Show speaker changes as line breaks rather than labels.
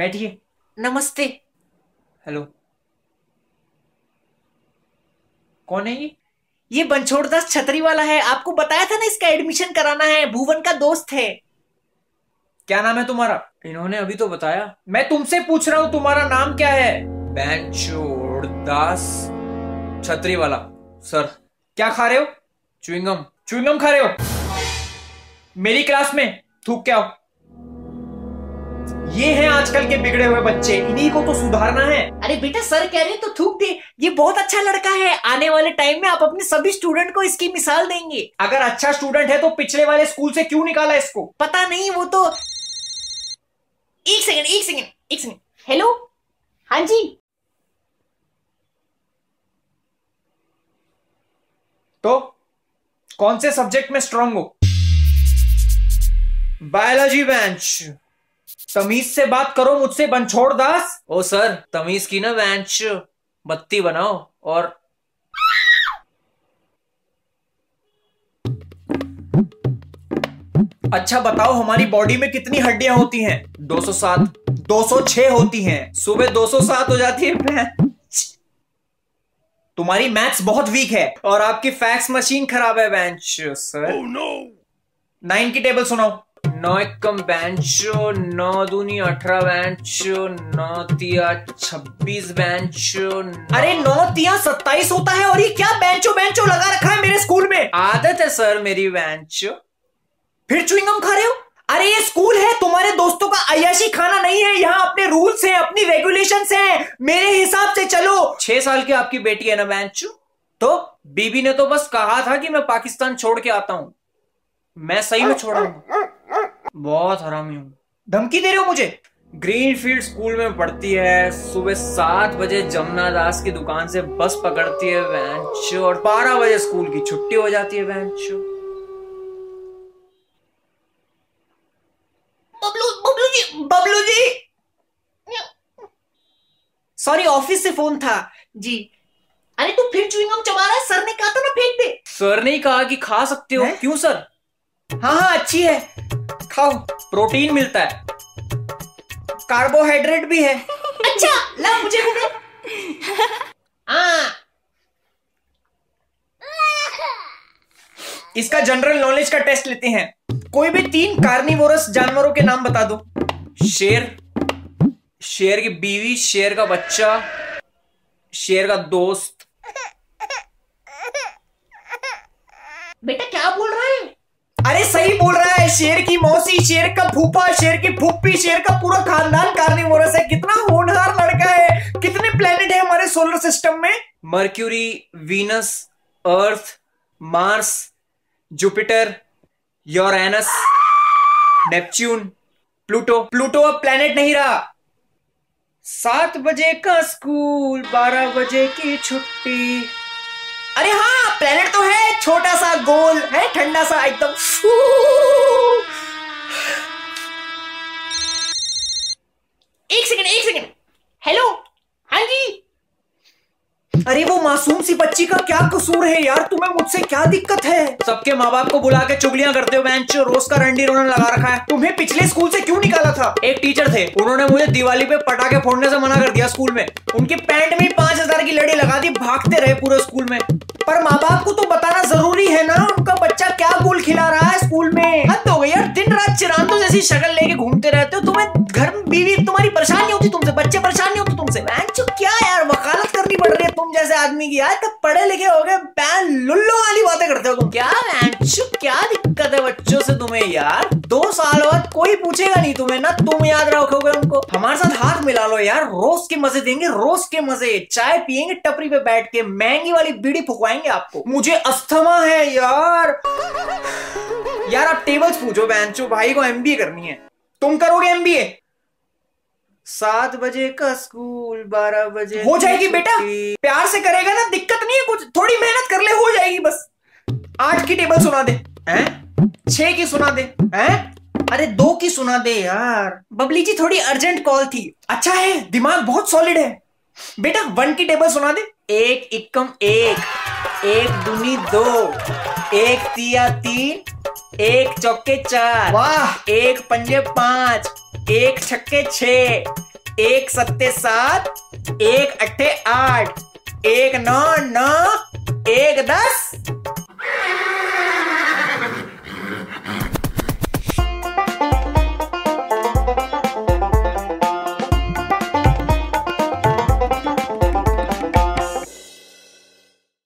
बैठिए
नमस्ते
हेलो कौन है ये
ये बनछोड़ दास छतरी वाला है आपको बताया था ना इसका एडमिशन कराना है भुवन का दोस्त है
क्या नाम है तुम्हारा इन्होंने अभी तो बताया मैं तुमसे पूछ रहा हूँ तुम्हारा नाम क्या है बैंचोड़ दास छतरी वाला सर क्या खा रहे हो च्युइंगम च्युइंगम खा रहे हो मेरी क्लास में थूक क्या हो ये हैं आजकल के बिगड़े हुए बच्चे इन्हीं को तो सुधारना है
अरे बेटा सर कह रहे हैं तो थूक दे ये बहुत अच्छा लड़का है आने वाले टाइम में आप अपने सभी स्टूडेंट को इसकी मिसाल देंगे
अगर अच्छा स्टूडेंट है तो पिछले वाले स्कूल से क्यों निकाला इसको
पता नहीं वो तो एक सेकंड एक सेकंड एक सेकंड हेलो हाँ जी
तो कौन से सब्जेक्ट में स्ट्रांग हो बायोलॉजी बेंच तमीज से बात करो मुझसे बनछोड़ दास ओ सर तमीज की ना बेंच बत्ती बनाओ और अच्छा बताओ हमारी बॉडी में कितनी हड्डियां होती हैं 207 206 होती हैं सुबह 207 हो जाती है बेंच तुम्हारी मैथ्स बहुत वीक है और आपकी फैक्स मशीन खराब है बेंच सर नाइन की टेबल सुनाओ नौ एकम बेंचो नौ दूनी अठारह बेंचो नौ तिया छब्बीस बेंचो
अरे नौ तिया सत्ताईस होता है और ये क्या बेंचो बेंचो लगा रखा है मेरे स्कूल में
आदत है सर मेरी बेंचो
फिर च्युइंगम खा रहे हो अरे ये स्कूल है तुम्हारे दोस्तों का अयाशी खाना नहीं है यहाँ अपने रूल्स हैं अपनी रेगुलेशंस हैं मेरे हिसाब से चलो
छह साल की आपकी बेटी है ना बेंचो तो बीबी ने तो बस कहा था कि मैं पाकिस्तान छोड़ के आता हूँ मैं सही में छोड़ा हूँ बहुत हरामी हूँ
धमकी दे रहे हो मुझे
ग्रीनफील्ड स्कूल में पढ़ती है सुबह सात बजे जमुना दास की दुकान से बस पकड़ती है वैंचो और बारह बजे स्कूल की छुट्टी हो जाती है वैंचो
बबलू बबलू जी बबलू जी सॉरी ऑफिस से फोन था जी अरे तू फिर च्युइंगम चबा रहा है सर ने कहा था ना फेंक दे
सर ने ही कहा कि खा सकते हो
हैं?
क्यों सर
हाँ हाँ अच्छी है
खाओ प्रोटीन मिलता है
कार्बोहाइड्रेट भी है अच्छा ला मुझे भी दे हाँ
इसका जनरल नॉलेज का टेस्ट लेते हैं कोई भी तीन कार्निवोरस जानवरों के नाम बता दो शेर शेर की बीवी शेर का बच्चा शेर का दोस्त
बेटा क्या बोल रहा है
अरे सही बोल रहा है शेर की मौसी शेर का फूफा शेर की फूफी शेर का पूरा खानदान कार्निवोरस है कितना होनहार लड़का है कितने प्लेनेट है हमारे सोलर सिस्टम में Mercury Venus Earth Mars Jupiter Uranus Neptune Pluto Pluto अब प्लेनेट नहीं रहा सात बजे का स्कूल बारह बजे की छुट्टी
अरे हाँ प्लेनेट तो है छोटा सा गोल है ठंडा सा एकदम एक सेकंड एक सेकंड हेलो हाँ जी
अरे वो मासूम सी बच्ची का क्या कसूर है यार तुम्हें मुझसे क्या दिक्कत है सबके माँ बाप को बुला के चुगलियां करते हो बेंच रोज का रंडी रोने लगा रखा है तुम्हें पिछले स्कूल से क्यों निकाला था एक टीचर थे उन्होंने मुझे दिवाली पे पटाखे फोड़ने से मना कर दिया स्कूल में उनके पैंट में पांच हजार की लड़ी लगा दी भागते रहे पूरे स्कूल में
पर माँ बाप को तो बताना जरूरी है ना उनका बच्चा क्या गोल खिला रहा है स्कूल में हद हो गई यार दिन रात चिरांदों जैसी शक्ल लेके घूमते रहते हो तुम्हें घर में बीवी तुम्हारी परेशान नहीं होती तुमसे बच्चे परेशान नहीं होते तुमसे बैंचो क्या यार वकालत करनी पड़ रही है तुम जैसे आदमी की यार तब पढ़े लिखे हो गए बैन लुल्लो वाली बातें करते हो तुम क्या बैंचो क्या दिक्कत है बच्चों से तुम्हें यार दो साल बाद कोई पूछेगा नहीं तुम्हें ना तुम याद रखोगे उनको
हमारे साथ हाथ मिला लो यार रोज के मजे देंगे रोज के मजे चाय पियेंगे टपरी पे बैठ के महंगी वाली बीड़ी फुकवाएंगे आपको मुझे अस्थमा है यार यार आप टेबल्स पूछो बैंचो भाई को एमबीए करनी है तुम करोगे एमबीए सात बजे का स्कूल बारह बजे
हो जाएगी बेटा प्यार से करेगा ना दिक्कत नहीं है कुछ थोड़ी मेहनत कर ले हो जाएगी बस
आठ की टेबल सुना दे हैं छह की सुना दे हैं अरे दो की सुना दे यार
बबली जी थोड़ी अर्जेंट कॉल थी
अच्छा है दिमाग बहुत सॉलिड है बेटा वन की टेबल सुना दे एक इक्कम एक एक दूनी दो एक तिया तीन एक चौके चार
वाह
एक पंजे पांच एक छक्के छह एक सत्ते सात एक अट्ठे आठ एक नौ नौ एक दस